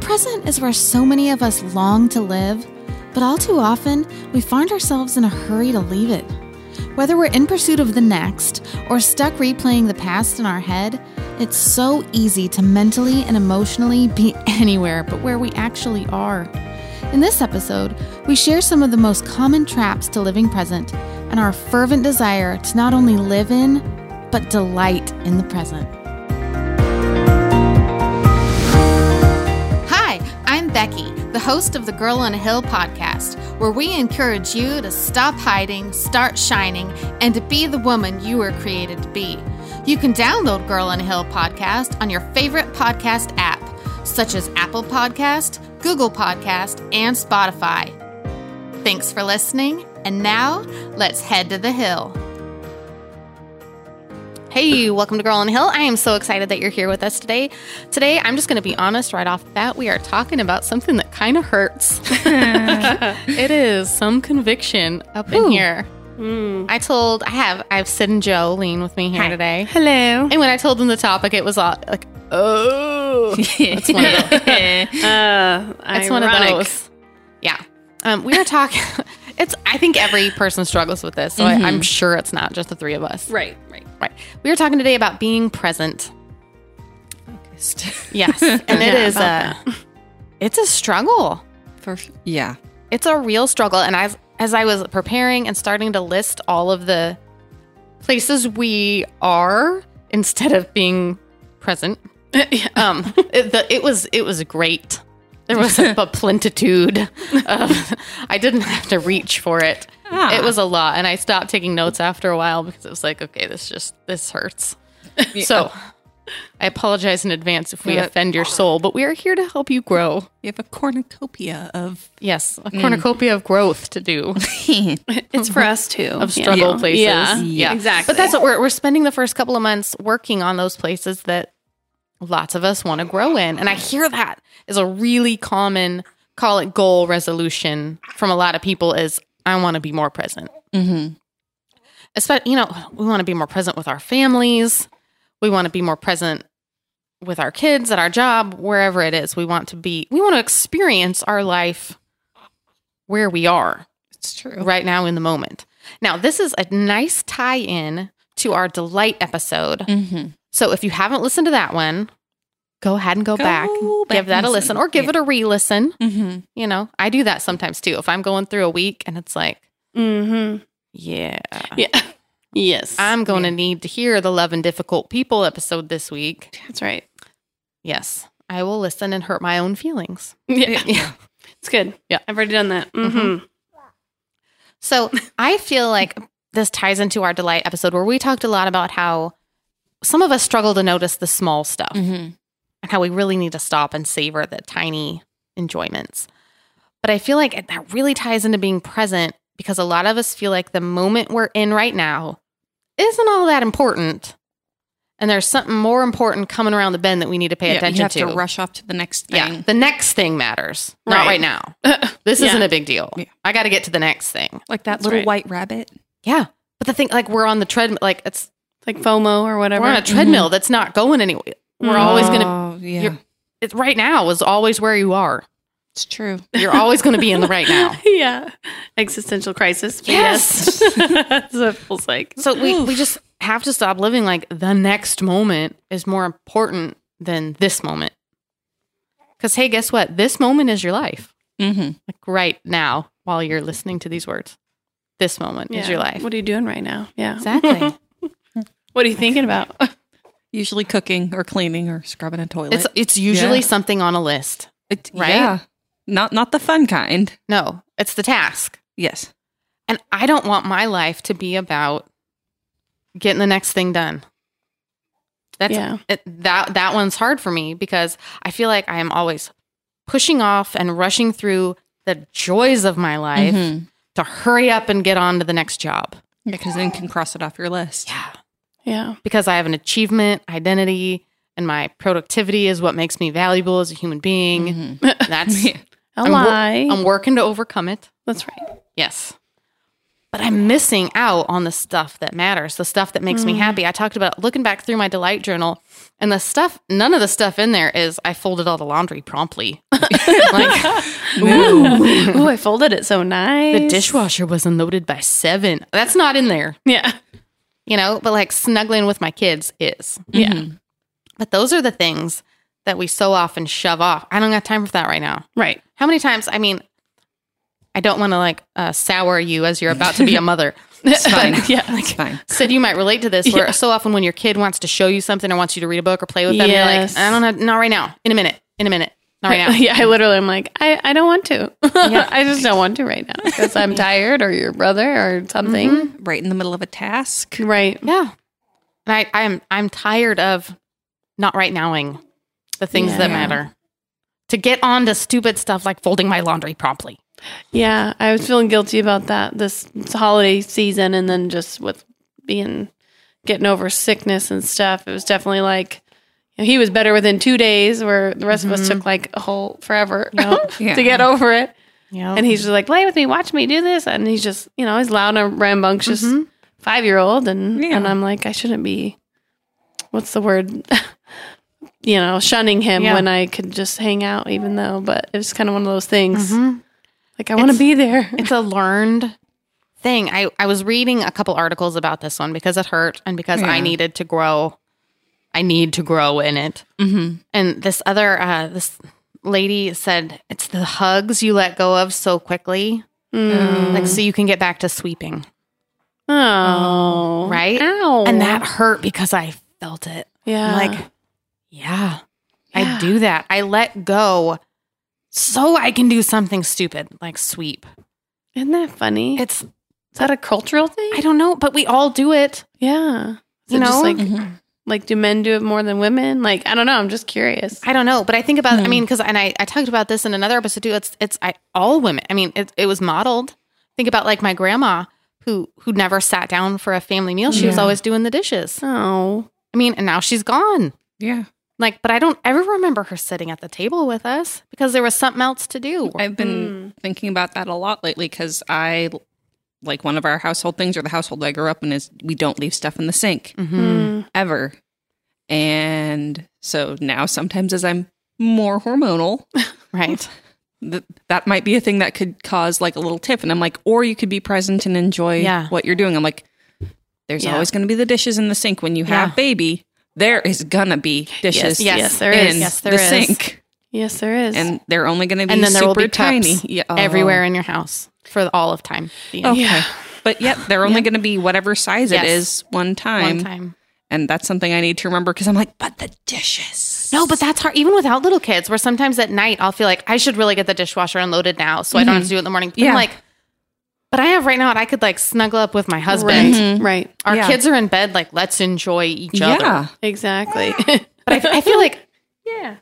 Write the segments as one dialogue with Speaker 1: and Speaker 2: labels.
Speaker 1: present is where so many of us long to live, but all too often we find ourselves in a hurry to leave it. Whether we're in pursuit of the next or stuck replaying the past in our head, it's so easy to mentally and emotionally be anywhere but where we actually are. In this episode, we share some of the most common traps to living present and our fervent desire to not only live in, but delight in the present. Hi, I'm Becky, the host of the Girl on a Hill podcast, where we encourage you to stop hiding, start shining, and to be the woman you were created to be. You can download Girl on a Hill podcast on your favorite podcast app, such as Apple Podcast, Google Podcast, and Spotify. Thanks for listening, and now let's head to the hill. Hey, welcome to Girl on the Hill. I am so excited that you're here with us today. Today, I'm just going to be honest right off the bat. We are talking about something that kind of hurts. it is some conviction up in here. I told I have I have Sid and Jolene with me here today,
Speaker 2: Hello.
Speaker 1: and when I told them the topic, it was all like, oh, that's one of those.
Speaker 2: Uh,
Speaker 1: It's one of those. Yeah. Um, we are talking. it's. I think every person struggles with this, so I, I'm sure it's not just the three of us.
Speaker 2: Right, right.
Speaker 1: Right. We are talking today about being present. Yes, and it is a. It's a struggle.
Speaker 3: Yeah.
Speaker 1: It's a real struggle, and as as I was preparing and starting to list all of the places we are instead of being present, um, it, the, it was it was great. There was a, plentitude. Of, I didn't have to reach for it. It was a lot, and I stopped taking notes after a while because it was like, okay, this just this hurts. So, I apologize in advance if we
Speaker 3: Yeah.
Speaker 1: offend your soul, but we are here to help you grow.
Speaker 3: We have a cornucopia of
Speaker 1: Yes, a cornucopia of growth to do
Speaker 2: It's for us too.
Speaker 1: of struggle places.
Speaker 2: Yeah. Exactly.
Speaker 1: But that's what we're we're spending the first couple of months working on those places that lots of us want to grow in, and I hear that is a really common call it goal resolution from a lot of people is I want to be more present.
Speaker 3: Mm-hmm.
Speaker 1: Especially, you know, we want to be more present with our families. We want to be more present with our kids at our job, wherever it is. We want to be. We want to experience our life where we are
Speaker 3: It's true.
Speaker 1: right now in the moment. Now, this is a nice tie in to our delight episode.
Speaker 3: Mm. Mm-hmm.
Speaker 1: So, if you haven't listened to that one, go ahead and go,
Speaker 3: Go
Speaker 1: back,
Speaker 3: back
Speaker 1: give that
Speaker 3: and
Speaker 1: a listen
Speaker 3: listen.
Speaker 1: or give
Speaker 3: Yeah.
Speaker 1: it a re listen.
Speaker 3: Mm-hmm.
Speaker 1: You know, I do that sometimes too. If I'm going through a week and it's like,
Speaker 2: hmm
Speaker 1: yeah,
Speaker 2: Yeah. Yes.
Speaker 1: I'm going to need to hear the Love and Difficult People episode this week.
Speaker 2: that's right.
Speaker 1: Yes, I will listen and hurt my own feelings.
Speaker 2: Yeah.
Speaker 1: Yeah.
Speaker 2: It's good.
Speaker 1: Yeah.
Speaker 2: I've already done that. Mm-hmm.
Speaker 1: So I feel like this ties into our delight episode where we talked a lot about how some of us struggle to notice the small stuff
Speaker 3: Mm. Mm-hmm.
Speaker 1: and how we really need to stop and savor the tiny enjoyments. But I feel like that really ties into being present because a lot of us feel like the moment we're in right now isn't all that important. And there's something more important coming around the bend that we need to pay attention
Speaker 3: you have to.
Speaker 1: to.
Speaker 3: rush off to the next thing.
Speaker 1: Yeah. The next thing matters, not right
Speaker 2: Right.
Speaker 1: now. This
Speaker 2: Yeah.
Speaker 1: isn't a big deal.
Speaker 3: Yeah.
Speaker 1: I got to get to the next thing.
Speaker 3: Like that
Speaker 2: That's
Speaker 3: little
Speaker 2: right.
Speaker 3: white rabbit.
Speaker 1: Yeah. But the thing, like, we're on the treadmill, like, it's,
Speaker 2: Like FOMO or whatever.
Speaker 1: we're on a treadmill that's not going anywhere. We're always going to,
Speaker 3: Oh, yeah.
Speaker 1: you're- it's right now is always where you are.
Speaker 3: it's true.
Speaker 1: You're always going to be in the right now.
Speaker 2: yeah. Existential crisis. but
Speaker 1: Yes.
Speaker 2: that's what it feels like.
Speaker 1: So we, we just have to stop living like the next moment is more important than this moment. Because, hey, guess what? This moment is your life.
Speaker 3: Mm-hmm.
Speaker 1: Like, right now, while you're listening to these words, this moment is
Speaker 2: Yeah.
Speaker 1: your life.
Speaker 2: What are you doing right now? Yeah.
Speaker 1: Exactly.
Speaker 2: What are you thinking about?
Speaker 3: Usually cooking or cleaning or scrubbing a toilet.
Speaker 1: it's, it's usually
Speaker 3: Yeah.
Speaker 1: something on a list.
Speaker 3: It-
Speaker 1: right?
Speaker 3: Yeah. Not not the fun kind.
Speaker 1: No, it's the task.
Speaker 3: Yes.
Speaker 1: And I don't want my life to be about getting the next thing done. That's
Speaker 2: Yeah.
Speaker 1: it, that that one's hard for me because I feel like I am always pushing off and rushing through the joys of my life
Speaker 3: Mhm.
Speaker 1: to hurry up and get on to the next job.
Speaker 3: Yeah, because then you can cross it off your list.
Speaker 1: Yeah.
Speaker 2: yeah.
Speaker 1: Because I have an achievement, identity, and my productivity is what makes me valuable as a human being. That's
Speaker 3: Mm-hmm. Yeah.
Speaker 2: A
Speaker 1: I'm wor-
Speaker 2: lie.
Speaker 1: I'm working to overcome it.
Speaker 2: that's right.
Speaker 1: Yes. but I'm missing out on the stuff that matters, the stuff that
Speaker 2: Mm.
Speaker 1: makes me happy. I talked about looking back through my delight journal and the stuff, none of the stuff in there is I folded all the laundry promptly. like
Speaker 2: Ooh, I folded it so nice.
Speaker 1: the dishwasher was unloaded by seven. That's not in there,
Speaker 2: Yeah.
Speaker 1: you know, but like snuggling with my kids is.
Speaker 2: Yeah.
Speaker 1: But those are the things that we so often shove off. I don't got time for that right now.
Speaker 2: Right.
Speaker 1: How many times? I mean, I don't want to like uh, sour you as you're about to be a mother. It's fine.
Speaker 2: yeah.
Speaker 3: It's fine.
Speaker 1: Sid, you might relate to this. Where
Speaker 2: Yeah.
Speaker 1: so often when your kid wants to show you something or wants you to read a book or play with them,
Speaker 2: Yes.
Speaker 1: you're like, I don't know, not right now. In a minute. In a minute. Not right now.
Speaker 2: Yeah, I literally am like, I, I don't want to. I just don't want to right now because I'm tired or your brother or something.
Speaker 3: Right in the middle of a task.
Speaker 2: Mm-hmm. Right.
Speaker 1: Yeah. And I, I'm I'm tired of not right nowing the things that
Speaker 2: Yeah.
Speaker 1: matter. To get on to stupid stuff like folding my laundry promptly.
Speaker 2: Yeah. I was feeling guilty about that this holiday season and then just with being getting over sickness and stuff. It was definitely like you know, he was better within two days where the rest of us took like a whole forever
Speaker 3: Yeah.
Speaker 2: to get over it.
Speaker 1: Yeah.
Speaker 2: And he's just like, lay with me, watch me do this. And he's just, you know, he's loud and rambunctious
Speaker 1: Mm-hmm.
Speaker 2: five year old. And,
Speaker 3: Yeah.
Speaker 2: and I'm like, I shouldn't be, what's the word? you know, shunning him
Speaker 1: Yeah.
Speaker 2: when I could just hang out, even though, but it was kind of one of those things. Like, I want to be there.
Speaker 1: Mm-hmm. it's a learned thing. I, I was reading a couple articles about this one because it hurt and because I
Speaker 3: Yeah.
Speaker 1: needed to grow. I need to grow in it.
Speaker 3: Mm-hmm.
Speaker 1: And this other uh, this lady said it's the hugs you let go of so quickly,
Speaker 2: Mm.
Speaker 1: like so you can get back to sweeping,
Speaker 2: Oh.
Speaker 1: right?
Speaker 2: Ow.
Speaker 1: And that hurt because I felt it.
Speaker 2: yeah.
Speaker 1: I'm like, yeah, I do that. I let go so I can do something stupid like sweep.
Speaker 2: isn't that funny? Is
Speaker 1: It's
Speaker 2: that a cultural thing?
Speaker 1: I don't know, but we all do it.
Speaker 2: yeah. Is
Speaker 1: You
Speaker 2: it just
Speaker 1: know?
Speaker 3: Mm-hmm.
Speaker 2: like, like, do men do it more than women? Like, I don't know. I'm just curious.
Speaker 1: I don't know, but I think about. I mean, because and I, I talked about this in another episode too. It's it's I, all women. I mean, it it was modeled. Think about like my grandma who who never sat down for a family meal. She was
Speaker 3: Yeah.
Speaker 1: always doing the dishes.
Speaker 2: oh.
Speaker 1: I mean, and now she's gone.
Speaker 3: Yeah.
Speaker 1: Like, but I don't ever remember her sitting at the table with us because there was something else to do.
Speaker 3: I've
Speaker 1: Hmm.
Speaker 3: been thinking about that a lot lately because I like one of our household things or the household I grew up in is we don't leave stuff in the sink
Speaker 1: Mhm.
Speaker 3: ever. And so now sometimes as I'm more hormonal,
Speaker 1: Right.
Speaker 3: th- that might be a thing that could cause like a little tip. And I'm like, or you could be present and enjoy
Speaker 1: Yeah.
Speaker 3: what you're doing. I'm like, there's
Speaker 1: Yeah.
Speaker 3: always going to be the dishes in the sink when you have
Speaker 1: Yeah.
Speaker 3: baby. There is gonna be dishes.
Speaker 1: Yes,
Speaker 2: yes, there
Speaker 3: in
Speaker 2: is.
Speaker 1: Yes, there
Speaker 3: the
Speaker 1: is.
Speaker 3: sink,
Speaker 2: Yes, there is.
Speaker 3: and they're only going to be
Speaker 1: And then there
Speaker 3: super
Speaker 1: will be
Speaker 3: tiny
Speaker 1: cups
Speaker 3: Yeah.
Speaker 1: Everywhere in your house for all of time. The
Speaker 3: Okay.
Speaker 2: Yeah.
Speaker 3: But yet they're only going to be whatever size
Speaker 1: Yes.
Speaker 3: it is one time.
Speaker 1: One time.
Speaker 3: And that's something I need to remember because I'm like, but the dishes.
Speaker 1: No, but that's hard. Even without little kids, where sometimes at night I'll feel like I should really get the dishwasher unloaded now, so I don't have to do it in the morning. But I'm
Speaker 3: Mm-hmm. Yeah.
Speaker 1: like, but I have right now, and I could like snuggle up with my
Speaker 2: Right.
Speaker 1: husband.
Speaker 2: Right.
Speaker 1: Our
Speaker 3: Yeah.
Speaker 1: kids are in bed. Like, let's enjoy each other.
Speaker 3: Yeah.
Speaker 2: Exactly.
Speaker 1: But I, I feel like
Speaker 2: yeah.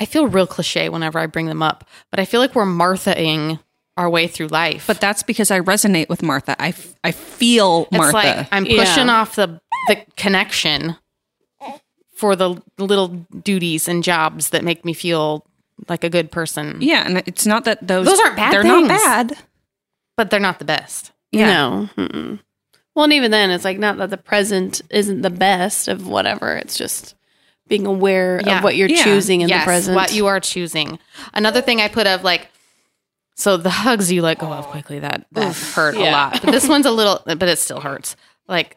Speaker 1: I feel real cliche whenever I bring them up. But I feel like we're Marthaing our way through life.
Speaker 3: But that's because I resonate with Martha. I, f- I feel
Speaker 1: it's
Speaker 3: Martha.
Speaker 1: like I'm
Speaker 2: Yeah.
Speaker 1: pushing off the the connection for the little duties and jobs that make me feel like a good person.
Speaker 3: yeah. And it's not that those,
Speaker 1: Those aren't bad
Speaker 3: They're
Speaker 1: things.
Speaker 3: not bad.
Speaker 1: But they're not the best.
Speaker 2: No. Mm-mm. Well, and even then, it's like not that the present isn't the best of whatever. It's just being aware
Speaker 1: Yeah.
Speaker 2: of what you're
Speaker 3: Yeah.
Speaker 2: choosing in the present.
Speaker 1: What you are choosing. Another thing I put of like, so the hugs you let go of quickly that, that hurt a
Speaker 2: Yeah.
Speaker 1: lot. But this one's a little, but it still hurts. Like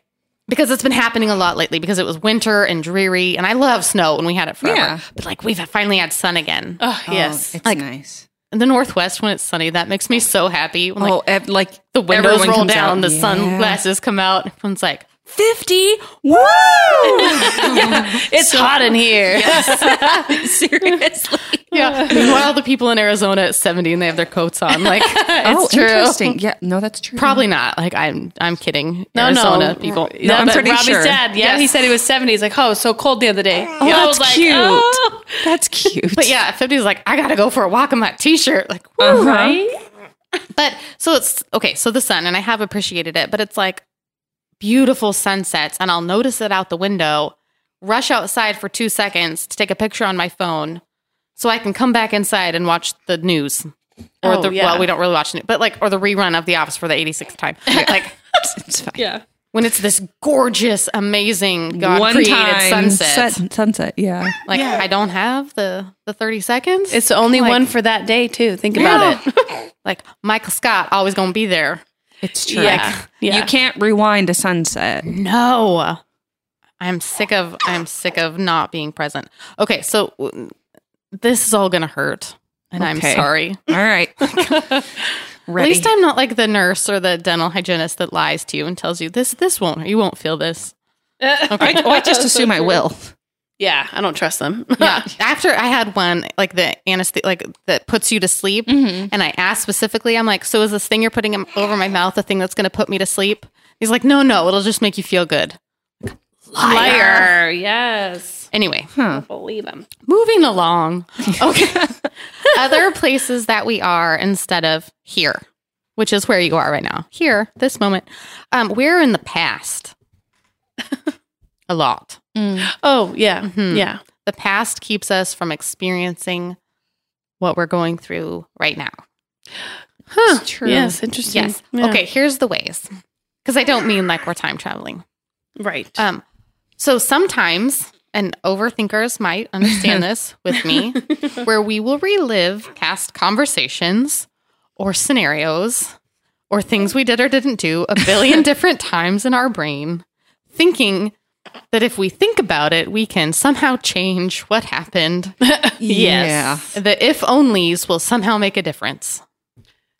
Speaker 1: because it's been happening a lot lately because it was winter and dreary, and I love snow and we had it forever.
Speaker 3: Yeah.
Speaker 1: But like we've finally had sun again.
Speaker 2: oh, yes.
Speaker 3: Oh, it's nice.
Speaker 1: In the Northwest when it's sunny, that makes me so happy. When, like
Speaker 3: oh, ev- like
Speaker 1: the windows
Speaker 3: everyone
Speaker 1: roll
Speaker 3: comes
Speaker 1: down,
Speaker 3: out.
Speaker 1: the
Speaker 3: Yeah.
Speaker 1: sunglasses come out. Everyone's like,
Speaker 3: 50. Woo!
Speaker 2: it's hot in here.
Speaker 3: Seriously.
Speaker 1: yeah. Meanwhile, the people in Arizona at 70 and they have their coats on. Like,
Speaker 3: oh,
Speaker 1: it's true.
Speaker 3: interesting. Yeah. No, that's true.
Speaker 1: Probably not. Like I'm I'm kidding.
Speaker 2: No, no.
Speaker 1: Arizona people.
Speaker 2: Yeah,
Speaker 3: I'm
Speaker 2: but
Speaker 3: pretty
Speaker 2: Robbie's
Speaker 3: sure.
Speaker 2: dad, yeah, he said he was 70. He's like, oh, it was so cold the other day.
Speaker 3: Oh,
Speaker 2: Yeah, I
Speaker 3: that's
Speaker 2: was like,
Speaker 3: cute.
Speaker 2: oh.
Speaker 3: That's cute.
Speaker 1: But yeah, 50 is like, I gotta go for a walk in my t-shirt. Like, woo,
Speaker 3: Uh-huh.
Speaker 1: right? But so it's okay, so the sun, and I have appreciated it, but it's like beautiful sunsets, and I'll notice it out the window, rush outside for two seconds to take a picture on my phone so I can come back inside and watch the news. Or
Speaker 2: Oh,
Speaker 1: the
Speaker 2: yeah.
Speaker 1: well, we don't really watch it, but like or the rerun of The Office for the 86th time. Like
Speaker 3: It's fine.
Speaker 2: Yeah.
Speaker 1: when it's this gorgeous, amazing God
Speaker 3: One
Speaker 1: created
Speaker 3: time
Speaker 1: sunset.
Speaker 3: sun- sunset. Yeah.
Speaker 1: Like I don't have the the thirty seconds.
Speaker 2: It's the only
Speaker 1: Like-
Speaker 2: one for that day too. Think
Speaker 1: Yeah.
Speaker 2: about it.
Speaker 1: like Michael Scott always gonna be there.
Speaker 3: It's
Speaker 2: true. Yeah. Yeah.
Speaker 3: You can't rewind a sunset.
Speaker 1: No, I'm sick of I'm sick of not being present. Okay, so w- this is all gonna hurt, and I'm
Speaker 3: Okay.
Speaker 1: sorry.
Speaker 3: All right.
Speaker 1: At
Speaker 3: Ready.
Speaker 1: least I'm not like the nurse or the dental hygienist that lies to you and tells you this this won't you won't feel this.
Speaker 3: I, oh, I just assume I will.
Speaker 2: Yeah, I don't trust them.
Speaker 1: Yeah. After I had one like the anesthesia like that puts you to sleep, and I asked specifically, I'm like, so is this thing you're putting in- over my mouth the thing that's gonna put me to sleep? He's like, no, no, it'll just make you feel good.
Speaker 2: Liar. Yes.
Speaker 1: Anyway,
Speaker 2: I believe them.
Speaker 1: moving along. Okay. Other places that we are instead of here, which is where you are right now. Here, this moment. Um, we're in the past. A lot.
Speaker 2: Oh yeah. Yeah.
Speaker 1: The past keeps us from experiencing what we're going through right now.
Speaker 2: Huh.
Speaker 3: true.
Speaker 2: Yes. Interesting.
Speaker 1: Yes.
Speaker 2: Yeah.
Speaker 1: Okay, here's the ways. Because I don't mean like we're time traveling.
Speaker 2: Right.
Speaker 1: Um, so sometimes, and overthinkers might understand this with me, where we will relive past conversations or scenarios or things we did or didn't do a billion different times in our brain, thinking that if we think about it, we can somehow change what happened.
Speaker 3: Yes.
Speaker 1: the if onlys will somehow make a difference.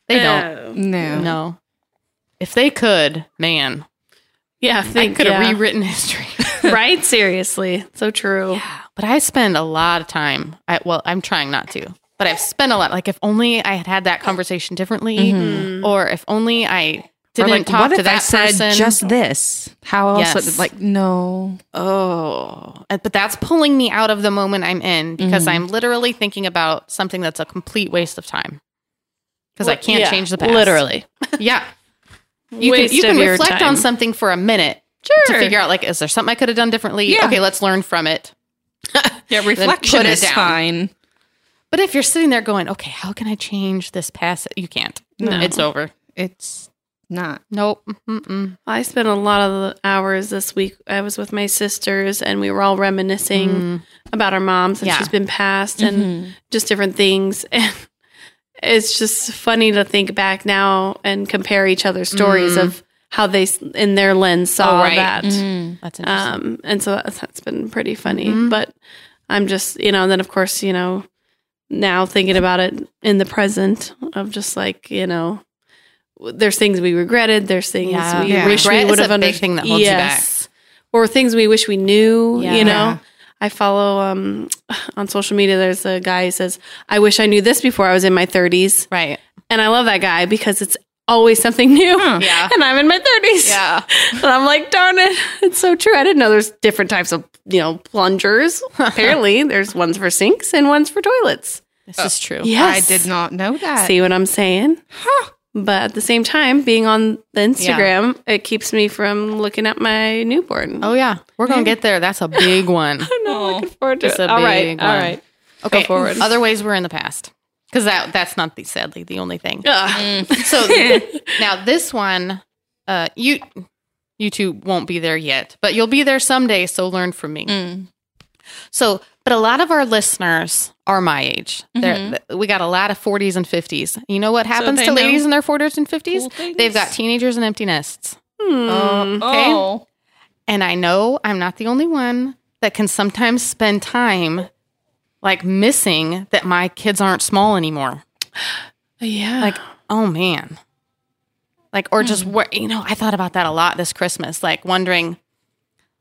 Speaker 1: They don't.
Speaker 2: Oh.
Speaker 3: No.
Speaker 1: No. If they could, man,
Speaker 2: Yeah. I
Speaker 1: they
Speaker 2: think
Speaker 1: could have
Speaker 2: yeah.
Speaker 1: rewritten history.
Speaker 2: right. Seriously. So true.
Speaker 1: But I spend a lot of time. I, well, I'm trying not to, but I've spent a lot. Like if only I had had that conversation differently, or if only I
Speaker 3: Mm-hmm. Or
Speaker 1: didn't
Speaker 3: like,
Speaker 1: talk
Speaker 3: what
Speaker 1: to
Speaker 3: if
Speaker 1: that
Speaker 3: I said
Speaker 1: person.
Speaker 3: just this? How else?
Speaker 1: Yes.
Speaker 3: would it- like, no.
Speaker 1: oh, but that's pulling me out of the moment I'm in because
Speaker 3: Mm-hmm.
Speaker 1: I'm literally thinking about something that's a complete waste of time. Because I can't
Speaker 2: Yeah,
Speaker 1: change the past.
Speaker 2: Literally.
Speaker 1: yeah. You
Speaker 2: Waste
Speaker 1: can you
Speaker 2: of
Speaker 1: can
Speaker 2: your
Speaker 1: reflect
Speaker 2: time.
Speaker 1: on something for a minute to figure out like, is there something I could have done differently?
Speaker 3: Yeah.
Speaker 1: Okay, let's learn from it.
Speaker 3: Yeah,
Speaker 1: put
Speaker 3: reflection
Speaker 1: it
Speaker 3: is
Speaker 1: down.
Speaker 3: fine.
Speaker 1: But if you're sitting there going, okay, how can I change this pass? You can't.
Speaker 2: No.
Speaker 1: It's over.
Speaker 3: It's not.
Speaker 1: Nope. Mm-hmm. Mm-mm.
Speaker 2: I spent a lot of the hours this week. I was with my sisters, and we were all reminiscing about our moms, and
Speaker 1: Yeah.
Speaker 2: she's been passed, and just different things. And it's just funny to think back now and compare each other's stories of how they, s- in their lens, saw
Speaker 1: Oh, right.
Speaker 2: that.
Speaker 1: That's interesting.
Speaker 2: Um, and so that's, that's been pretty funny.
Speaker 1: Mm-hmm.
Speaker 2: But I'm just, you know, and then of course, you know, now thinking about it in the present of just like, you know, there's things we regretted. There's things
Speaker 1: Yeah.
Speaker 2: we
Speaker 1: Yeah.
Speaker 2: wish
Speaker 1: Regret
Speaker 2: we
Speaker 1: is
Speaker 2: would have
Speaker 1: a big
Speaker 2: understood.
Speaker 1: thing that holds you
Speaker 2: yes. Or things we wish we knew,
Speaker 1: Yeah.
Speaker 2: you know. I follow um, on social media. There's a guy who says, "I wish I knew this before I was in my 30s,"
Speaker 1: right.
Speaker 2: and I love that guy because it's always something new.
Speaker 1: Yeah.
Speaker 2: and I'm in my 30s.
Speaker 1: Yeah.
Speaker 2: And I'm like, darn it, it's so true. I didn't know there's different types of, you know, plungers. Apparently, there's ones for sinks and ones for toilets.
Speaker 1: This is true.
Speaker 2: Yes.
Speaker 3: I did not know that.
Speaker 2: see what I'm saying. But at the same time, being on the Instagram, it keeps me from looking at my newborn.
Speaker 1: Oh, yeah. We're going to get there. That's a big one.
Speaker 2: no, I'm looking forward to
Speaker 1: It's
Speaker 2: it.
Speaker 1: a
Speaker 2: All right,
Speaker 1: big
Speaker 2: all
Speaker 1: one.
Speaker 2: right.
Speaker 1: Okay.
Speaker 2: forward.
Speaker 1: Other ways we're in the past. Because that, that's not the, sadly, the only thing.
Speaker 2: Ugh.
Speaker 1: So now this one, uh, you you two won't be there yet, but you'll be there someday. So learn from me.
Speaker 3: Mm.
Speaker 1: So, but a lot of our listeners are my age. They're th- we got a lot of 40s and 50s. You know what happens
Speaker 3: Mm-hmm. they
Speaker 1: to ladies
Speaker 3: know
Speaker 1: in their 40s and 50s?
Speaker 3: cool things?
Speaker 1: They've got teenagers and empty nests.
Speaker 3: Oh,
Speaker 1: okay.
Speaker 3: oh.
Speaker 1: And I know I'm not the only one that can sometimes spend time like missing that my kids aren't small anymore.
Speaker 2: Yeah.
Speaker 1: like oh man like or
Speaker 2: Hmm.
Speaker 1: just where you know i thought about that a lot this christmas like wondering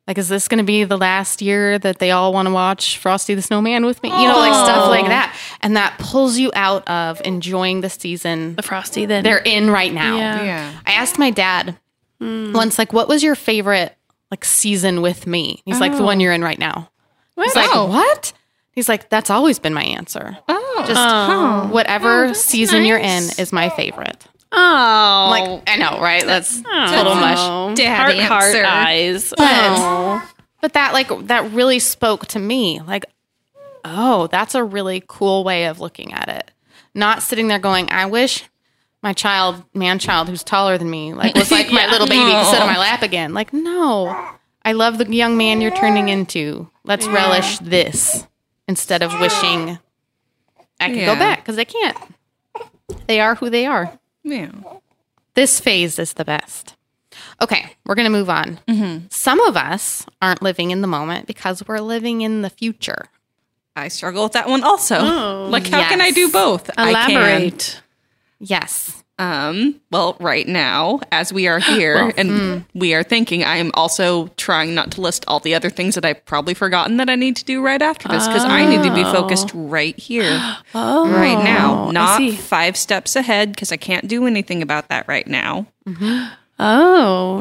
Speaker 1: like is this going to be the last year that they all want to watch frosty the snowman with me you know like stuff like that and that pulls you out of enjoying the season
Speaker 2: the frosty then.
Speaker 1: they're in right now
Speaker 2: Yeah.
Speaker 3: Yeah.
Speaker 1: i asked my dad once like what was your favorite like season with me he's like the one you're in right now he's like
Speaker 3: Oh.
Speaker 1: what he's like that's always been my answer
Speaker 3: Oh.
Speaker 1: just whatever season you're in is my favorite
Speaker 2: Oh.
Speaker 1: like I know, right? That's total mush.
Speaker 2: Oh.
Speaker 3: Dad
Speaker 2: heart, heart
Speaker 3: Uh-huh. answer.
Speaker 2: eyes.
Speaker 1: But that like that really spoke to me. Like, oh, that's a really cool way of looking at it. Not sitting there going, I wish my child, man child, who's taller than me, like was like my little baby to sit on my lap again. Like, no, I love the young man you're turning into. Let's relish this instead of wishing I could
Speaker 3: Yeah.
Speaker 1: go back because I can't. They are who they are.
Speaker 3: Yeah.
Speaker 1: This phase is the best. Okay, we're going to move on. Some of us aren't living in the moment because we're living in the future.
Speaker 3: I struggle with that one also. like, how can I
Speaker 1: Yes.
Speaker 3: do both? I can.
Speaker 2: Elaborate.
Speaker 1: Yes.
Speaker 3: Um, well, right now, as we are here and we are thinking, I am also trying not to list all the other things that I've probably forgotten that I need to do right after this because I need to be focused right here,
Speaker 2: Oh,
Speaker 3: right now,
Speaker 2: I
Speaker 3: not
Speaker 2: see.
Speaker 3: five steps ahead because I can't do anything about that right now.
Speaker 2: Oh,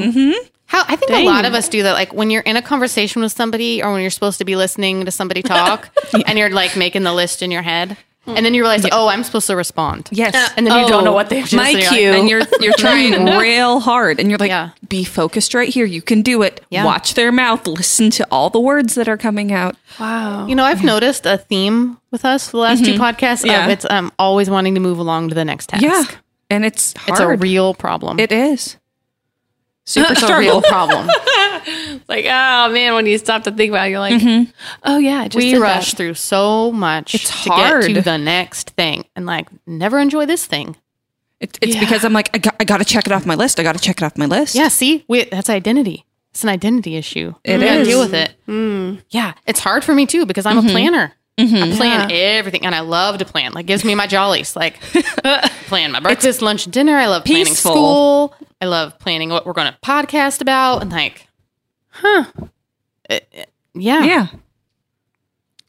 Speaker 1: How I think
Speaker 2: Dang.
Speaker 1: a lot of us do that. Like when you're in a conversation with somebody, or when you're supposed to be listening to somebody talk, and you're like making the list in your head, and then you realize, oh, I'm supposed to respond.
Speaker 3: Yes.
Speaker 1: and then you
Speaker 2: Oh,
Speaker 1: don't know what they've just
Speaker 2: my
Speaker 1: said. You're like,
Speaker 2: cue.
Speaker 3: and you're you're trying real hard and you're like
Speaker 1: Oh. Yeah.
Speaker 3: be focused right here you can do it
Speaker 1: Yeah.
Speaker 3: watch their mouth listen to all the words that are coming out
Speaker 2: wow.
Speaker 1: You know, I've noticed a theme with us for the last two podcasts
Speaker 3: Yeah.
Speaker 1: of it's um, always wanting to move along to the next task.
Speaker 3: and it's
Speaker 1: It's
Speaker 3: hard.
Speaker 1: a real problem.
Speaker 3: it is super
Speaker 1: it's a real
Speaker 3: struggle
Speaker 1: problem.
Speaker 2: It's like, oh man, when you stop to think about it, you're like, oh yeah, I just
Speaker 1: we
Speaker 2: did
Speaker 1: rush
Speaker 2: that.
Speaker 1: through so much to
Speaker 3: hard.
Speaker 1: get to the next thing and like never enjoy this thing.
Speaker 3: It, it's because I'm like I got, I got to check it off my list. I got to check it off my list.
Speaker 1: Yeah, see, we, that's identity. It's an identity issue.
Speaker 3: It
Speaker 1: we gotta
Speaker 3: is. Mm. Mm-hmm.
Speaker 1: deal with it. Yeah, it's hard for me too because I'm a planner. I plan everything, and I love to plan. Like, gives me my jollies. Like, plan my breakfast, lunch, and dinner. I love planning
Speaker 3: Peaceful.
Speaker 1: school. I love planning what we're going to podcast about, and like, huh? It- it- yeah.
Speaker 3: yeah.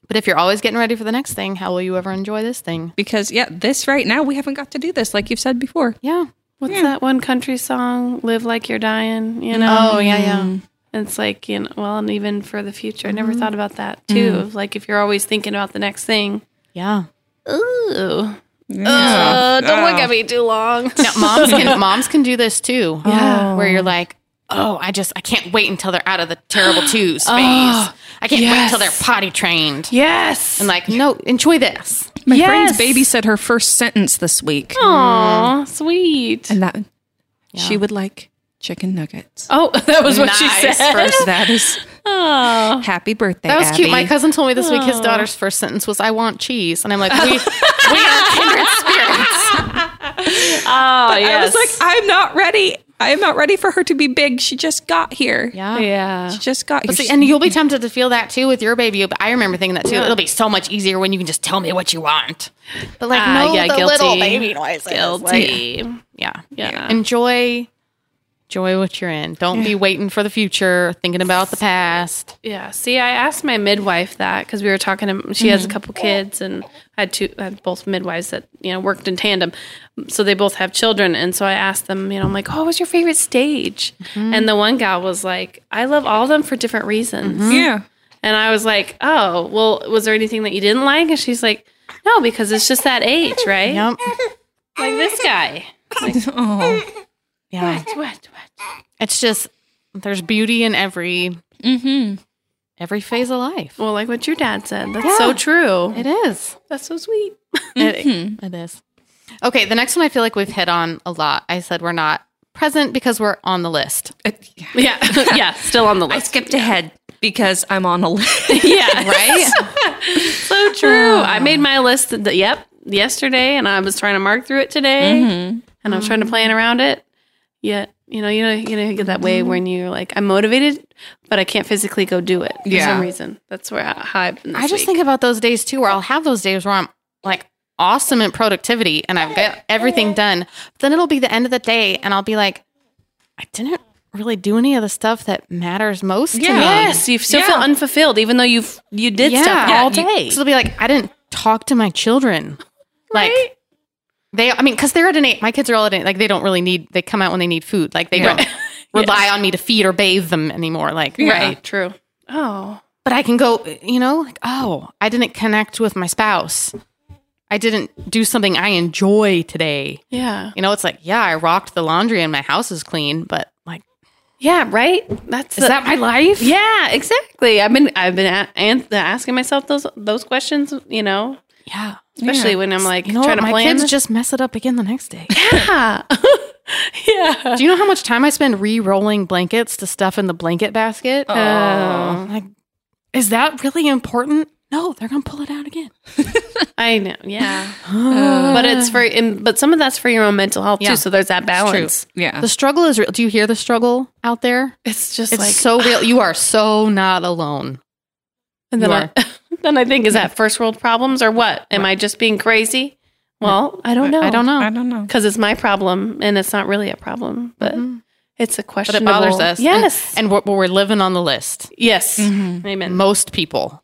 Speaker 1: But if you're always getting ready for the next thing, how will you ever enjoy this thing?
Speaker 3: Because yeah, this right now we haven't got to do this like you've said before.
Speaker 1: Yeah.
Speaker 2: What's that one country song? Live like you're dying. You know.
Speaker 1: Oh yeah, yeah.
Speaker 2: It's like you know, well, and even for the future, I never
Speaker 1: Mm-hmm.
Speaker 2: thought about that too. Of Like if you're always thinking about the next thing.
Speaker 1: Yeah.
Speaker 2: Ooh,
Speaker 3: Yeah.
Speaker 2: don't look at me too long.
Speaker 1: Now, moms can moms can do this too.
Speaker 2: Yeah.
Speaker 1: where you're like, oh, I just I can't wait until they're out of the terrible twos phase. I can't wait until they're
Speaker 2: yes.
Speaker 1: potty trained.
Speaker 2: Yes.
Speaker 1: And like, no, enjoy this.
Speaker 3: My
Speaker 2: Yes.
Speaker 3: friend's baby said her first sentence this week,
Speaker 2: Aw, sweet.
Speaker 3: and that she would like chicken nuggets.
Speaker 2: Oh, that was what she
Speaker 1: Nice.
Speaker 2: said.
Speaker 3: First, that is
Speaker 2: Oh.
Speaker 3: happy birthday.
Speaker 1: That was cute. My
Speaker 3: Abby.
Speaker 1: cousin told me this week his daughter's first sentence was, "I want cheese," and I'm like, we, we are kindred spirits.
Speaker 2: Oh,
Speaker 3: I
Speaker 2: yes.
Speaker 3: was like, I'm not ready. I am not ready for her to be big. She just got here.
Speaker 1: Yeah.
Speaker 2: yeah.
Speaker 3: She just got here.
Speaker 1: See, and you'll be tempted to feel that too with your baby. But I remember thinking that too. It'll be so much easier when you can just tell me what you want. But like,
Speaker 2: Ah,
Speaker 1: no,
Speaker 2: yeah,
Speaker 1: the
Speaker 2: guilty.
Speaker 1: little baby noises.
Speaker 2: Guilty.
Speaker 1: Yeah.
Speaker 2: Yeah.
Speaker 1: Enjoy enjoy what you're in. Don't be waiting for the future, thinking about the past.
Speaker 2: Yeah. See, I asked my midwife that because we were talking. To, she has a couple kids, and I had two, I had both midwives that you know worked in tandem, so they both have children. And so I asked them, you know, I'm like, "Oh, what's your favorite stage?" And the one gal was like, "I love all of them for different reasons."
Speaker 3: yeah.
Speaker 2: And I was like, "Oh, well, was there anything that you didn't like?" And she's like, "No, because it's just that age, right?
Speaker 1: Yep.
Speaker 2: Like this guy."
Speaker 3: Oh.
Speaker 1: Yeah.
Speaker 2: What? What? What?
Speaker 1: It's just there's beauty in every
Speaker 3: Mm-hmm.
Speaker 1: every phase of life.
Speaker 2: Well, like what your dad said. That's
Speaker 1: Yeah.
Speaker 2: so true.
Speaker 1: It is.
Speaker 2: That's so sweet. Mm-hmm.
Speaker 1: It, it is. Okay, the next one I feel like we've hit on a lot. I said we're not present because we're on the list.
Speaker 2: Yeah. yeah. Still on the
Speaker 3: I
Speaker 2: list.
Speaker 3: skipped ahead because I'm on a list.
Speaker 2: Yeah.
Speaker 1: Right? Oh.
Speaker 2: so true. I made my list. th- yep, yesterday, and I was trying to mark through it today,
Speaker 1: Mm-hmm.
Speaker 2: and I was trying to plan around it. Yet, you know, you know, you know, you get that
Speaker 1: Mm-hmm.
Speaker 2: way when you're like, I'm motivated, but I can't physically go do it for
Speaker 3: Yeah.
Speaker 2: some reason. That's where I, how I've been. This
Speaker 1: I just think about those days too, where I'll have those days where I'm like awesome in productivity and I've got everything done. But then it'll be the end of the day and I'll be like, I didn't really do any of the stuff that matters most to me.
Speaker 2: yes, you still feel
Speaker 3: Yeah.
Speaker 2: unfulfilled, even though you've you did stuff
Speaker 1: Yeah,
Speaker 2: all
Speaker 1: you-
Speaker 2: day.
Speaker 1: So it'll be like, I didn't talk to my children. Like
Speaker 2: Right?
Speaker 1: they, I mean, cause they're at an age, my kids are all at an like they don't really need, they come out when they need food. Like they don't rely on me to feed or bathe them anymore. Like,
Speaker 2: Right, true. Oh,
Speaker 1: but I can go, you know, like, oh, I didn't connect with my spouse. I didn't do something I enjoy today.
Speaker 2: yeah,
Speaker 1: You know, it's like, yeah, I rocked the laundry and my house is clean, but like,
Speaker 2: yeah, right. That's
Speaker 1: is that my life?
Speaker 2: Yeah, exactly. I've been I've been a- an- asking myself those those questions, you know,
Speaker 1: Yeah.
Speaker 2: especially when I'm like
Speaker 1: You know
Speaker 2: trying
Speaker 1: what? My
Speaker 2: to plan.
Speaker 1: kids just mess it up again the next day.
Speaker 2: yeah. yeah.
Speaker 1: Do you know how much time I spend re-rolling blankets to stuff in the blanket basket?
Speaker 3: Oh.
Speaker 1: Uh, like, is that really important? No, they're gonna pull it out again.
Speaker 2: I know. Yeah. but it's for and, but some of that's for your own mental health
Speaker 1: Yeah.
Speaker 2: too. So there's that balance.
Speaker 3: Yeah.
Speaker 1: the struggle is real. Do you hear the struggle out there?
Speaker 2: It's, just
Speaker 1: It's
Speaker 2: like ah.
Speaker 1: so real. You are so not alone.
Speaker 2: and then
Speaker 1: you
Speaker 2: I, then I think is that first world problems or what? Am I just being crazy? Well, I don't know.
Speaker 1: I don't know.
Speaker 3: I don't know.
Speaker 2: because it's my problem and it's not really a problem, but it's a question.
Speaker 1: but it bothers us. And-
Speaker 2: Yes.
Speaker 1: And, we're, we're living on the list.
Speaker 2: yes.
Speaker 1: Amen. Most people.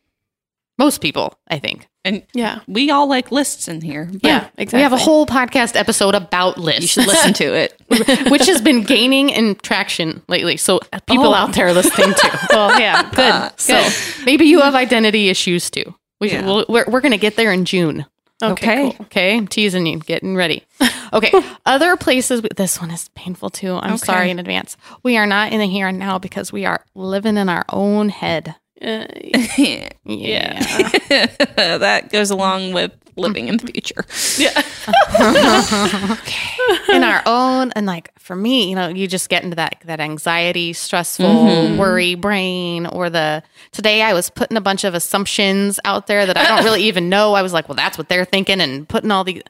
Speaker 1: Most people, I think.
Speaker 3: And
Speaker 2: Yeah.
Speaker 3: we all like lists in here. But
Speaker 2: Yeah. Exactly.
Speaker 1: We have a whole podcast episode about lists.
Speaker 3: You should listen to it.
Speaker 1: which has been gaining in traction lately. So people
Speaker 2: Oh.
Speaker 1: out there listening too. Uh,
Speaker 2: Well, yeah. Good.
Speaker 1: So
Speaker 2: good.
Speaker 1: maybe you have identity issues too. We,
Speaker 3: Yeah.
Speaker 1: we'll, we're we're going to get there in June.
Speaker 2: Okay.
Speaker 3: Okay.
Speaker 2: Cool.
Speaker 1: Okay, I'm teasing you, getting ready. Okay, other places. We, this one is painful too. I'm sorry in advance. We are not in the here and now because we are living in our own head.
Speaker 2: Uh,
Speaker 1: Yeah.
Speaker 3: that goes along with living in the future. Yeah.
Speaker 1: in our own and like for me you know you just get into that that anxiety stressful worry brain or the today i was putting a bunch of assumptions out there that i don't really even know i was like well that's what they're thinking and putting all the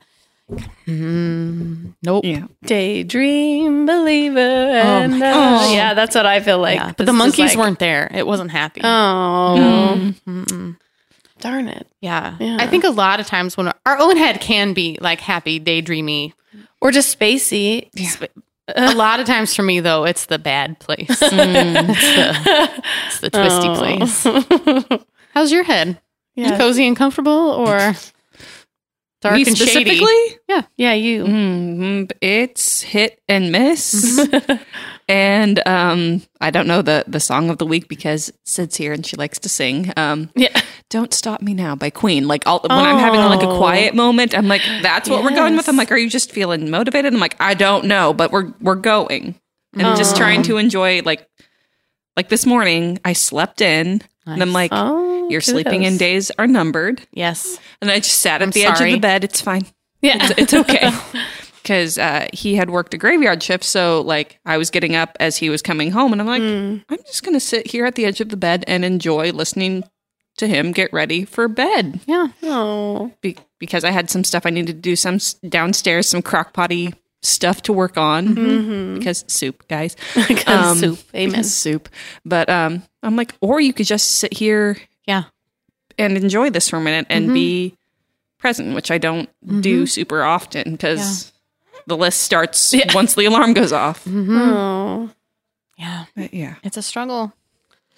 Speaker 1: Hmm, nope
Speaker 3: Yeah.
Speaker 2: daydream believer. And, uh, Yeah, that's what I feel like.
Speaker 1: Yeah, but
Speaker 2: This
Speaker 1: the
Speaker 2: is
Speaker 1: monkeys
Speaker 2: like,
Speaker 1: weren't there it wasn't happy
Speaker 2: Oh. Darn it.
Speaker 1: yeah.
Speaker 2: Yeah.
Speaker 1: i think a lot of times when our own head can be like happy daydreamy
Speaker 2: Or just spacey.
Speaker 1: a lot of times for me though it's the bad place it's, the, it's the
Speaker 2: Oh.
Speaker 1: twisty place how's your head
Speaker 2: Yeah.
Speaker 1: cozy and comfortable or dark
Speaker 3: Me
Speaker 1: and
Speaker 3: specifically,
Speaker 1: shady? Yeah.
Speaker 2: yeah, you.
Speaker 3: Mm, it's hit and miss. and um, I don't know the, the song of the week because Sid's here and she likes to sing. Um,
Speaker 2: Yeah.
Speaker 3: Don't Stop Me Now by Queen. Like all, when I'm having like a
Speaker 2: Oh.
Speaker 3: quiet moment, I'm like, that's what we're going with. I'm
Speaker 2: Yes.
Speaker 3: like, are you just feeling motivated? I'm like, I don't know, but we're we're going. And just
Speaker 2: Oh.
Speaker 3: trying to enjoy like like this morning, I slept in and I'm like,
Speaker 2: Oh.
Speaker 3: your sleeping in
Speaker 2: kudos.
Speaker 3: days are numbered.
Speaker 1: Yes.
Speaker 3: And I just sat at
Speaker 1: I'm
Speaker 3: the edge
Speaker 1: sorry.
Speaker 3: of the bed. It's fine.
Speaker 2: Yeah.
Speaker 3: It's okay. Because uh, he had worked a graveyard shift. So, like, I was getting up as he was coming home. And I'm like,
Speaker 2: Hmm.
Speaker 3: I'm just going to sit here at the edge of the bed and enjoy listening to him get ready for bed
Speaker 1: Yeah.
Speaker 2: Oh.
Speaker 3: be- because I had some stuff I needed to do, some s- downstairs, some crock potty stuff to work on because soup, guys.
Speaker 2: Mm-hmm.
Speaker 3: Um,
Speaker 2: Because soup. Amen.
Speaker 3: Because soup. But um, I'm like, or you could just sit here
Speaker 1: Yeah.
Speaker 3: and enjoy this for a minute and be present, which I don't do super often because the list starts once the alarm goes off.
Speaker 2: Oh.
Speaker 1: Yeah.
Speaker 3: But yeah.
Speaker 1: It's a struggle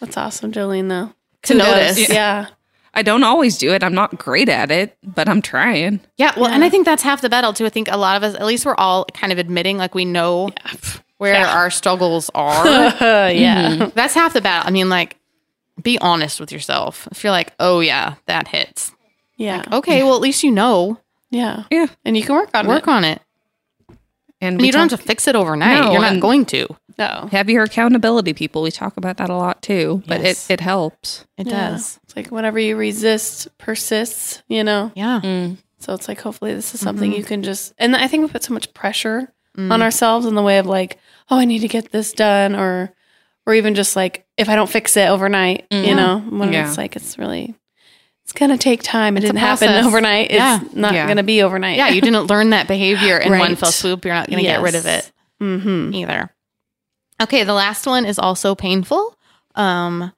Speaker 2: That's awesome, Jolene, though.
Speaker 1: to
Speaker 2: Kudos.
Speaker 1: notice. Yeah.
Speaker 2: Yeah.
Speaker 3: I don't always do it. I'm not great at it, but I'm trying.
Speaker 1: Well, and I think that's half the battle too. I think a lot of us, at least we're all kind of admitting like we know where our struggles are.
Speaker 2: Uh, yeah.
Speaker 1: that's half the battle. I mean, like, be honest with yourself. If you're like, oh, yeah, that hits.
Speaker 2: Yeah.
Speaker 1: Okay. Well, at least you know,
Speaker 2: Yeah.
Speaker 3: Yeah.
Speaker 2: And you can work on
Speaker 1: oh. work
Speaker 2: it.
Speaker 1: on it.
Speaker 3: And
Speaker 1: And
Speaker 3: we
Speaker 1: you don't
Speaker 3: talk-
Speaker 1: have to fix it overnight.
Speaker 3: No,
Speaker 1: you're not
Speaker 3: and-
Speaker 1: going to.
Speaker 2: No.
Speaker 3: have your accountability people. We talk about that a lot too, but
Speaker 1: Yes.
Speaker 3: it, it helps.
Speaker 1: It
Speaker 2: Yeah.
Speaker 1: does.
Speaker 2: It's like whatever you resist persists, you know?
Speaker 1: Yeah.
Speaker 2: So it's like, hopefully, this is something
Speaker 1: Mm-hmm.
Speaker 2: you can just. And I think we put so much pressure
Speaker 1: Mm.
Speaker 2: on ourselves in the way of like, oh, I need to get this done, or, or even just like, if I don't fix it overnight,
Speaker 1: Mm-hmm.
Speaker 2: you know, when
Speaker 3: Yeah.
Speaker 2: it's like, it's really, it's going to take time. It
Speaker 1: a
Speaker 2: didn't happen
Speaker 1: process.
Speaker 2: overnight. It's
Speaker 1: Yeah.
Speaker 2: not
Speaker 3: Yeah.
Speaker 2: going to be overnight.
Speaker 1: Yeah. You didn't learn that behavior in one
Speaker 2: Right.
Speaker 1: fell swoop. You're not going to get rid of it.
Speaker 2: Mm-hmm.
Speaker 1: either. Okay, the last one is also painful. Um,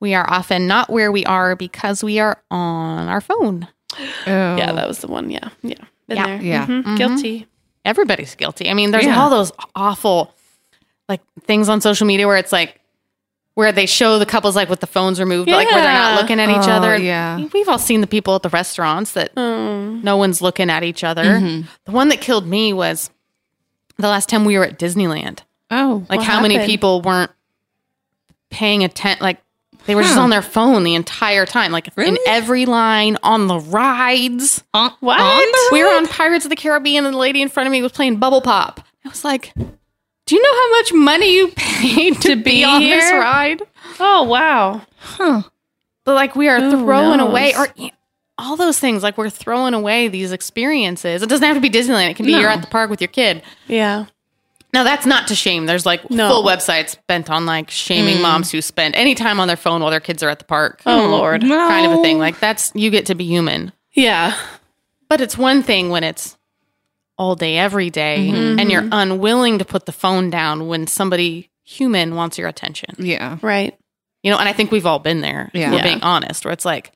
Speaker 1: we are often not where we are because we are on our phone.
Speaker 3: Oh.
Speaker 2: Yeah, that was the one. Yeah. Yeah. Been
Speaker 1: Yeah. Mm-hmm.
Speaker 2: there.
Speaker 3: Yeah.
Speaker 2: Mhm. Guilty.
Speaker 1: Everybody's guilty. I mean, there's
Speaker 3: Yeah.
Speaker 1: all those awful like things on social media where it's like where they show the couples like with the phones removed, but, like where they're
Speaker 2: Yeah.
Speaker 1: not looking at each
Speaker 3: Oh,
Speaker 1: other.
Speaker 3: yeah. Hmm.
Speaker 1: We've all seen the people at the restaurants that
Speaker 2: Um,
Speaker 1: no one's looking at each other.
Speaker 3: Mm-hmm.
Speaker 1: The one that killed me was the last time we were at Disneyland.
Speaker 3: oh,
Speaker 1: Like
Speaker 2: What
Speaker 1: how many
Speaker 2: happened?
Speaker 1: people weren't paying attention? Like they were just
Speaker 3: Huh.
Speaker 1: on their phone the entire time, like in
Speaker 3: Really?
Speaker 1: every line on the rides.
Speaker 3: on,
Speaker 2: What?
Speaker 3: the
Speaker 1: We were
Speaker 3: road?
Speaker 1: on Pirates of the Caribbean, and the lady in front of me was playing Bubble Pop. I was like, "Do you know how much money you paid to, be,
Speaker 2: be
Speaker 1: on this
Speaker 2: here?
Speaker 1: ride?"
Speaker 2: oh, wow.
Speaker 1: But like we are thrown
Speaker 2: knows?
Speaker 1: away, or all those things. Like we're throwing away these experiences. It doesn't have to be Disneyland. It can be you're at the park with your kid.
Speaker 2: Yeah.
Speaker 1: Now that's not to shame. There's like
Speaker 2: No.
Speaker 1: full websites bent on like shaming moms who spend any time on their phone while their kids are at the park.
Speaker 2: Oh Lord.
Speaker 3: No.
Speaker 1: Kind of a thing. Like that's you get to be human.
Speaker 2: Yeah.
Speaker 1: But it's one thing when it's all day, every day,
Speaker 2: Mm-hmm.
Speaker 1: and you're unwilling to put the phone down when somebody human wants your attention.
Speaker 3: Yeah.
Speaker 2: Right.
Speaker 1: You know, and I think we've all been there. if
Speaker 3: Yeah.
Speaker 1: We're
Speaker 2: Yeah.
Speaker 1: being honest, where it's like,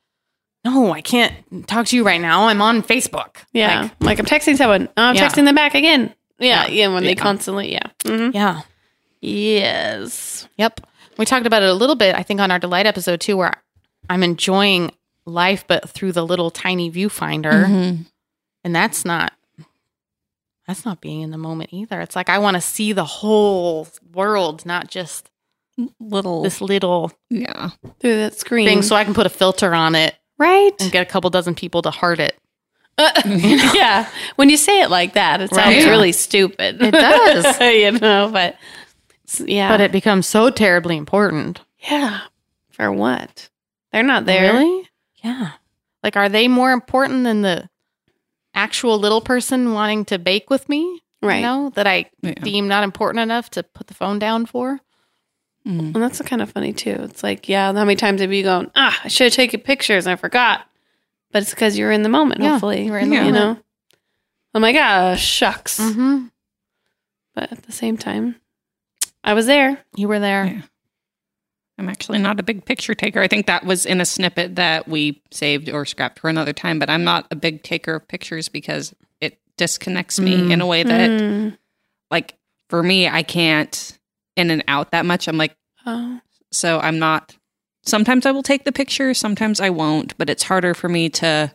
Speaker 1: no, I can't talk to you right now. I'm on Facebook.
Speaker 2: Yeah. Like, I'm texting someone. Oh, I'm
Speaker 1: Yeah.
Speaker 2: texting them back again. Yeah.
Speaker 1: Yeah.
Speaker 2: Yeah. when they constantly. Yeah. Mhm.
Speaker 1: Like, yeah.
Speaker 2: Yes.
Speaker 1: Yep. We talked about it a little bit, I think, on our Delight episode too, where I'm enjoying life, but through the little tiny viewfinder.
Speaker 2: Mm-hmm.
Speaker 3: Mm-hmm.
Speaker 1: And that's not. That's not being in the moment either. It's like I want to see the whole world, not just
Speaker 3: Little.
Speaker 1: this little
Speaker 3: yeah.
Speaker 2: Through that screen.
Speaker 1: thing, so I can put a filter on it
Speaker 2: right.
Speaker 1: and get a couple dozen people to heart it.
Speaker 2: yeah. When you say it like that, it sounds
Speaker 1: Right.
Speaker 2: really stupid.
Speaker 1: It does.
Speaker 2: you know, but s- yeah.
Speaker 1: But it becomes so terribly important.
Speaker 2: yeah. For what? They're not there.
Speaker 1: Really? Yeah. Like, are they more important than the actual little person wanting to bake with me?
Speaker 2: Right.
Speaker 1: You know, that I
Speaker 3: Yeah.
Speaker 1: deem not important enough to put the phone down for?
Speaker 3: Mm.
Speaker 2: And that's kind of funny too. It's like, yeah, how many times have you gone, ah, I should have taken pictures and I forgot. But it's because you're in the moment,
Speaker 1: Yeah,
Speaker 2: hopefully.
Speaker 1: you
Speaker 2: You
Speaker 1: were
Speaker 3: in the
Speaker 2: know? Oh my gosh, shucks.
Speaker 1: Mm-hmm.
Speaker 2: But at the same time, I was there.
Speaker 1: You were there.
Speaker 3: Yeah. I'm actually not a big picture taker. I think that was in a snippet that we saved or scrapped for another time, but I'm not a big taker of pictures because it disconnects me
Speaker 1: Mm.
Speaker 3: in a way that,
Speaker 2: Mm.
Speaker 3: like, for me, I can't in and out that much. I'm like,
Speaker 2: Oh,
Speaker 3: so I'm not. Sometimes I will take the picture, sometimes I won't, but it's harder for me to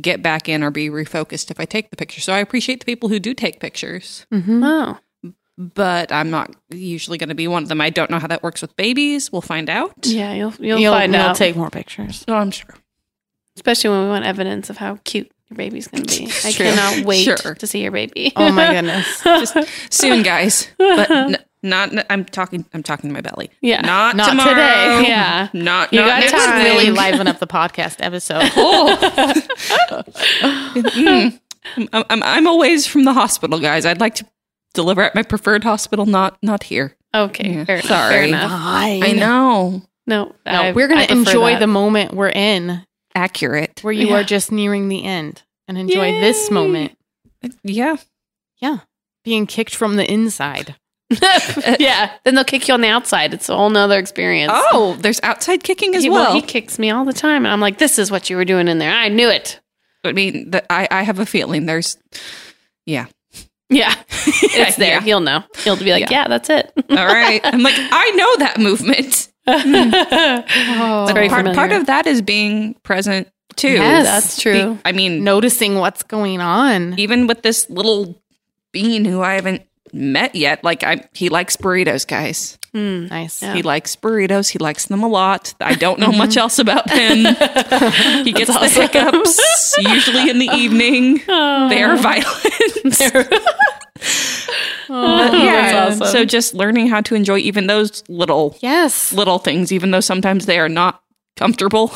Speaker 3: get back in or be refocused if I take the picture. So I appreciate the people who do take pictures,
Speaker 1: Mm-hmm.
Speaker 2: oh.
Speaker 3: but I'm not usually going to be one of them. I don't know how that works with babies. We'll find out.
Speaker 2: Yeah, you'll you'll, find out.
Speaker 1: take more pictures.
Speaker 3: No, I'm sure.
Speaker 2: Especially when we want evidence of how cute your baby's gonna be. I
Speaker 3: Sure.
Speaker 2: cannot wait
Speaker 3: Sure.
Speaker 2: to see your baby.
Speaker 1: Oh my goodness.
Speaker 3: Just soon, guys. But n- not. n- I'm talking. I'm talking to my belly.
Speaker 2: Yeah.
Speaker 3: Not,
Speaker 1: Not
Speaker 3: tomorrow.
Speaker 1: today.
Speaker 2: yeah.
Speaker 3: Not.
Speaker 2: You
Speaker 3: not
Speaker 2: got
Speaker 3: next
Speaker 1: Let's
Speaker 2: time.
Speaker 3: week.
Speaker 1: really liven up the podcast episode.
Speaker 3: Mm. I'm, I'm, I'm a ways from the hospital, guys. I'd like to deliver at my preferred hospital, not not here.
Speaker 2: Okay.
Speaker 3: Yeah.
Speaker 2: Fair enough. Fair
Speaker 3: Sorry.
Speaker 2: enough.
Speaker 3: I
Speaker 1: Fine.
Speaker 3: know.
Speaker 2: No,
Speaker 1: No,
Speaker 2: I-
Speaker 1: we're going
Speaker 2: I
Speaker 1: to
Speaker 2: prefer
Speaker 1: enjoy
Speaker 2: that.
Speaker 1: the moment we're in,
Speaker 3: Accurate.
Speaker 1: where you
Speaker 2: Yeah.
Speaker 1: are just nearing the end, and enjoy this
Speaker 2: Yay.
Speaker 1: moment.
Speaker 3: Yeah.
Speaker 1: Yeah. Being kicked from the inside.
Speaker 2: yeah. Then they'll kick you on the outside. It's a whole nother experience.
Speaker 3: Oh, there's outside kicking as
Speaker 2: He, well,
Speaker 3: well.
Speaker 2: he kicks me all the time, and I'm like, "This is what you were doing in there. I knew it."
Speaker 3: I mean, the, I I have a feeling there's. Yeah.
Speaker 2: Yeah, it's there.
Speaker 3: Yeah.
Speaker 2: He'll know. He'll be like, "Yeah, that's it."
Speaker 3: All right. I'm like, I know that movement.
Speaker 1: Oh.
Speaker 2: Very
Speaker 3: Part, part
Speaker 2: familiar.
Speaker 3: of that is being present too.
Speaker 1: Yes.
Speaker 2: that's true.
Speaker 3: I mean,
Speaker 1: Noticing what's going on.
Speaker 3: even with this little bean who I haven't met yet, like I he likes burritos, guys.
Speaker 2: Mm.
Speaker 1: Nice.
Speaker 2: Yeah.
Speaker 3: He likes burritos. He likes them a lot. I don't
Speaker 2: Mm-hmm.
Speaker 3: know much else about him. he gets the hiccups usually
Speaker 2: Oh.
Speaker 3: in the evening. They are violent. But yeah.
Speaker 2: Oh, that's awesome.
Speaker 3: So just learning how to enjoy even those little
Speaker 1: Yes.
Speaker 3: little things, even though sometimes they are not comfortable.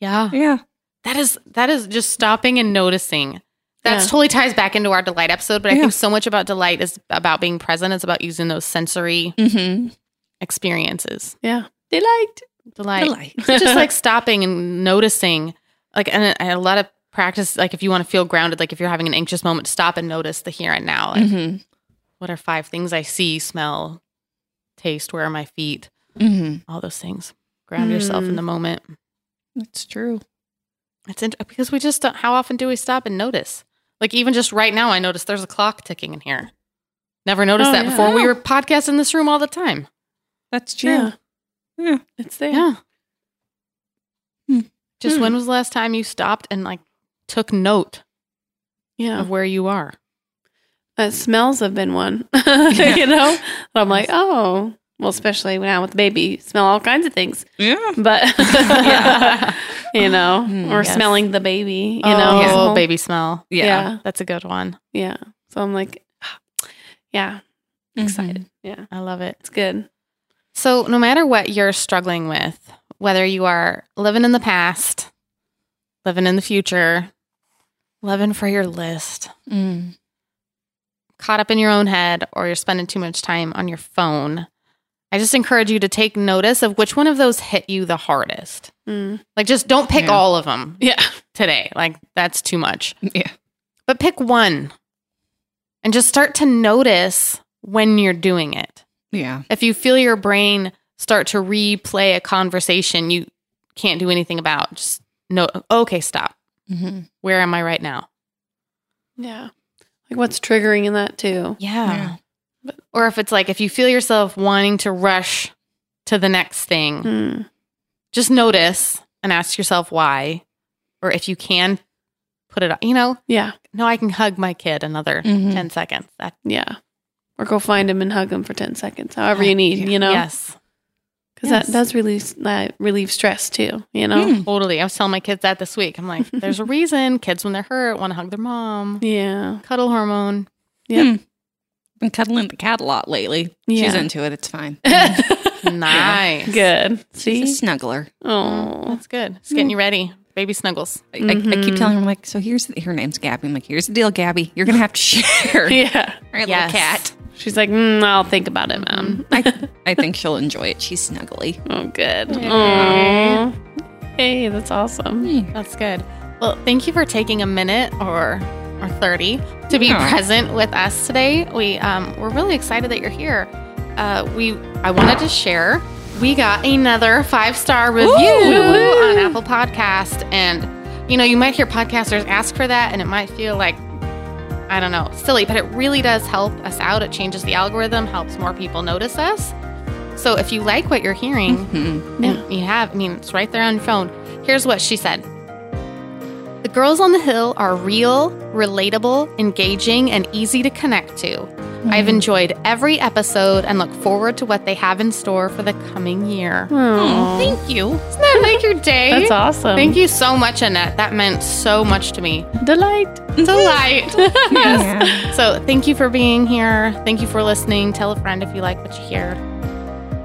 Speaker 1: Yeah.
Speaker 3: Yeah.
Speaker 1: That is that is just stopping and noticing. That
Speaker 2: Yeah.
Speaker 1: totally ties back into our delight episode, but I
Speaker 3: Yeah.
Speaker 1: think so much about delight is about being present. It's about using those sensory
Speaker 3: Mm-hmm.
Speaker 1: experiences.
Speaker 2: yeah, they liked.
Speaker 1: Delight, So just like stopping and noticing, like and, and a lot of practice. Like if you want to feel grounded, like if you're having an anxious moment, stop and notice the here and now. Like
Speaker 3: Mm-hmm.
Speaker 1: what are five things I see, smell, taste? Where are my feet?
Speaker 3: Mm-hmm.
Speaker 1: All those things. Ground yourself in
Speaker 2: Mm.
Speaker 1: the moment.
Speaker 3: That's true.
Speaker 1: It's int- because we just don't, how often do we stop and notice? Like even just right now, I noticed there's a clock ticking in here. Never noticed
Speaker 2: Oh,
Speaker 1: that
Speaker 2: yeah.
Speaker 1: before. We were podcasting this room all the time.
Speaker 3: That's true.
Speaker 2: Yeah,
Speaker 3: Yeah.
Speaker 2: it's there.
Speaker 1: Yeah.
Speaker 3: Hmm.
Speaker 1: Just
Speaker 2: Hmm.
Speaker 1: when was the last time you stopped and like took note
Speaker 2: Yeah.
Speaker 1: of where you are?
Speaker 2: Uh, smells have been one. you know, but I'm like, oh, well, especially now with the baby, smell all kinds of things.
Speaker 3: Yeah.
Speaker 2: But
Speaker 1: Yeah. Hmm,
Speaker 2: you know,
Speaker 3: Mm,
Speaker 2: or
Speaker 1: yes. Oh,
Speaker 2: smelling the Oh, baby. You
Speaker 1: You
Speaker 2: know,
Speaker 1: know,
Speaker 2: Smell-
Speaker 1: baby smell.
Speaker 3: Yeah.
Speaker 2: Yeah.
Speaker 1: That's a good one.
Speaker 2: yeah. So I'm like, yeah,
Speaker 3: Mm-hmm.
Speaker 2: excited. Yeah,
Speaker 1: I love it.
Speaker 2: it's good.
Speaker 1: So, no matter what you're struggling with, whether you are living in the past living in the future, living for your list,
Speaker 3: Mm.
Speaker 1: caught up in your own head, or you're spending too much time on your phone. I just encourage you to take notice of which one of those hit you the hardest.
Speaker 2: Mm.
Speaker 1: Like, just don't pick
Speaker 3: Yeah.
Speaker 1: all of them
Speaker 2: Yeah.
Speaker 1: today. Like, that's too much.
Speaker 3: Yeah.
Speaker 1: But pick one and just start to notice when you're doing it
Speaker 3: Yeah.
Speaker 1: if you feel your brain start to replay a conversation you can't do anything about, just no, okay, stop.
Speaker 3: Mm-hmm.
Speaker 1: Where am I right now?
Speaker 2: Yeah. Like what's triggering in that too?
Speaker 1: Yeah. Or if it's like, if you feel yourself wanting to rush to the next thing,
Speaker 2: Mm.
Speaker 1: just notice and ask yourself why. Or if you can, put it, you know,
Speaker 2: Yeah.
Speaker 1: no, I can hug my kid another
Speaker 2: Mm-hmm.
Speaker 3: Mhm.
Speaker 1: 10 seconds. That,
Speaker 2: Yeah. Or go find him and hug him for 10 seconds, however you need, you know?
Speaker 1: Yes,
Speaker 2: Because
Speaker 1: Yes. Hmm.
Speaker 2: that does release, uh, relieve stress too, you know?
Speaker 3: Mm.
Speaker 1: totally. I was telling my kids that this week. I'm like, there's a reason kids, when they're hurt, want to hug their mom,
Speaker 2: Yeah.
Speaker 1: cuddle hormone.
Speaker 3: Hmm. Been cuddling the cat a lot lately. She's
Speaker 2: Yeah.
Speaker 3: into it. It's fine.
Speaker 1: Nice.
Speaker 2: Good. See?
Speaker 3: She's a snuggler.
Speaker 2: Oh.
Speaker 1: That's good. It's getting you ready. Baby snuggles.
Speaker 3: I, I, I keep telling her, I'm like, so here's the, her name's Gabby. I'm like, here's the deal, Gabby. You're gonna have to share.
Speaker 2: Yeah.
Speaker 3: All right,
Speaker 1: Yes.
Speaker 3: little cat.
Speaker 2: She's like, mm, I'll think about it, mom.
Speaker 3: I, I think she'll enjoy it. She's snuggly.
Speaker 2: Oh, good. Oh. Hey, that's awesome.
Speaker 1: That's good. Well, thank you for taking a minute or or 30 to be
Speaker 3: Yeah.
Speaker 1: present with us today. We um, we're really excited that you're here. Uh, we I wanted to share we got another five star review on Apple Podcast, and you know you might hear podcasters ask for that, and it might feel like I don't know silly, but it really does help us out. It changes the algorithm, helps more people notice us. So if you like what you're hearing, and you have, I mean, it's right there on your phone. Here's what she said. The girls on the hill are real, relatable, engaging, and easy to connect to. I've enjoyed every episode and look forward to what they have in store for the coming year.
Speaker 2: Oh.
Speaker 1: Thank you. Isn't that like your day?
Speaker 2: That's awesome.
Speaker 1: Thank you so much, Annette. That meant so much to me.
Speaker 2: Delight.
Speaker 1: Delight. yes.
Speaker 3: Yeah.
Speaker 1: So thank you for being here. Thank you for listening. Tell a friend if you like what you hear.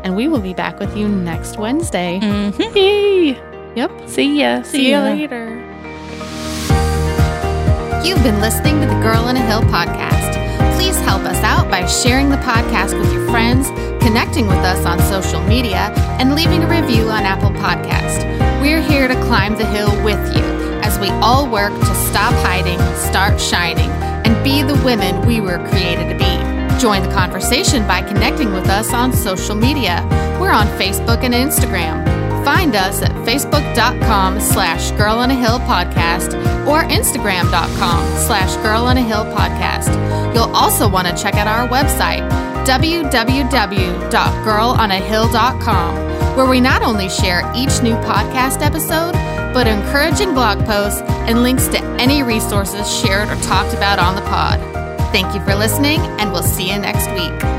Speaker 1: And we will be back with you next Wednesday.
Speaker 2: Yay.
Speaker 1: Yep.
Speaker 2: Mm-hmm. See ya.
Speaker 1: See you later. You've been listening to the Girl in a Hill podcast. Please help us out by sharing the podcast with your friends, connecting with us on social media, and leaving a review on Apple Podcast. We're here to climb the hill with you as we all work to stop hiding, start shining, and be the women we were created to be. Join the conversation by connecting with us on social media. We're on Facebook and Instagram. Find us at facebook.com slash girl on a hill podcast or instagram.com slash girl on a hill podcast. You'll also want to check out our website, www.girlonahill.com, where we not only share each new podcast episode, but encouraging blog posts and links to any resources shared or talked about on the pod. Thank you for listening, and we'll see you next week.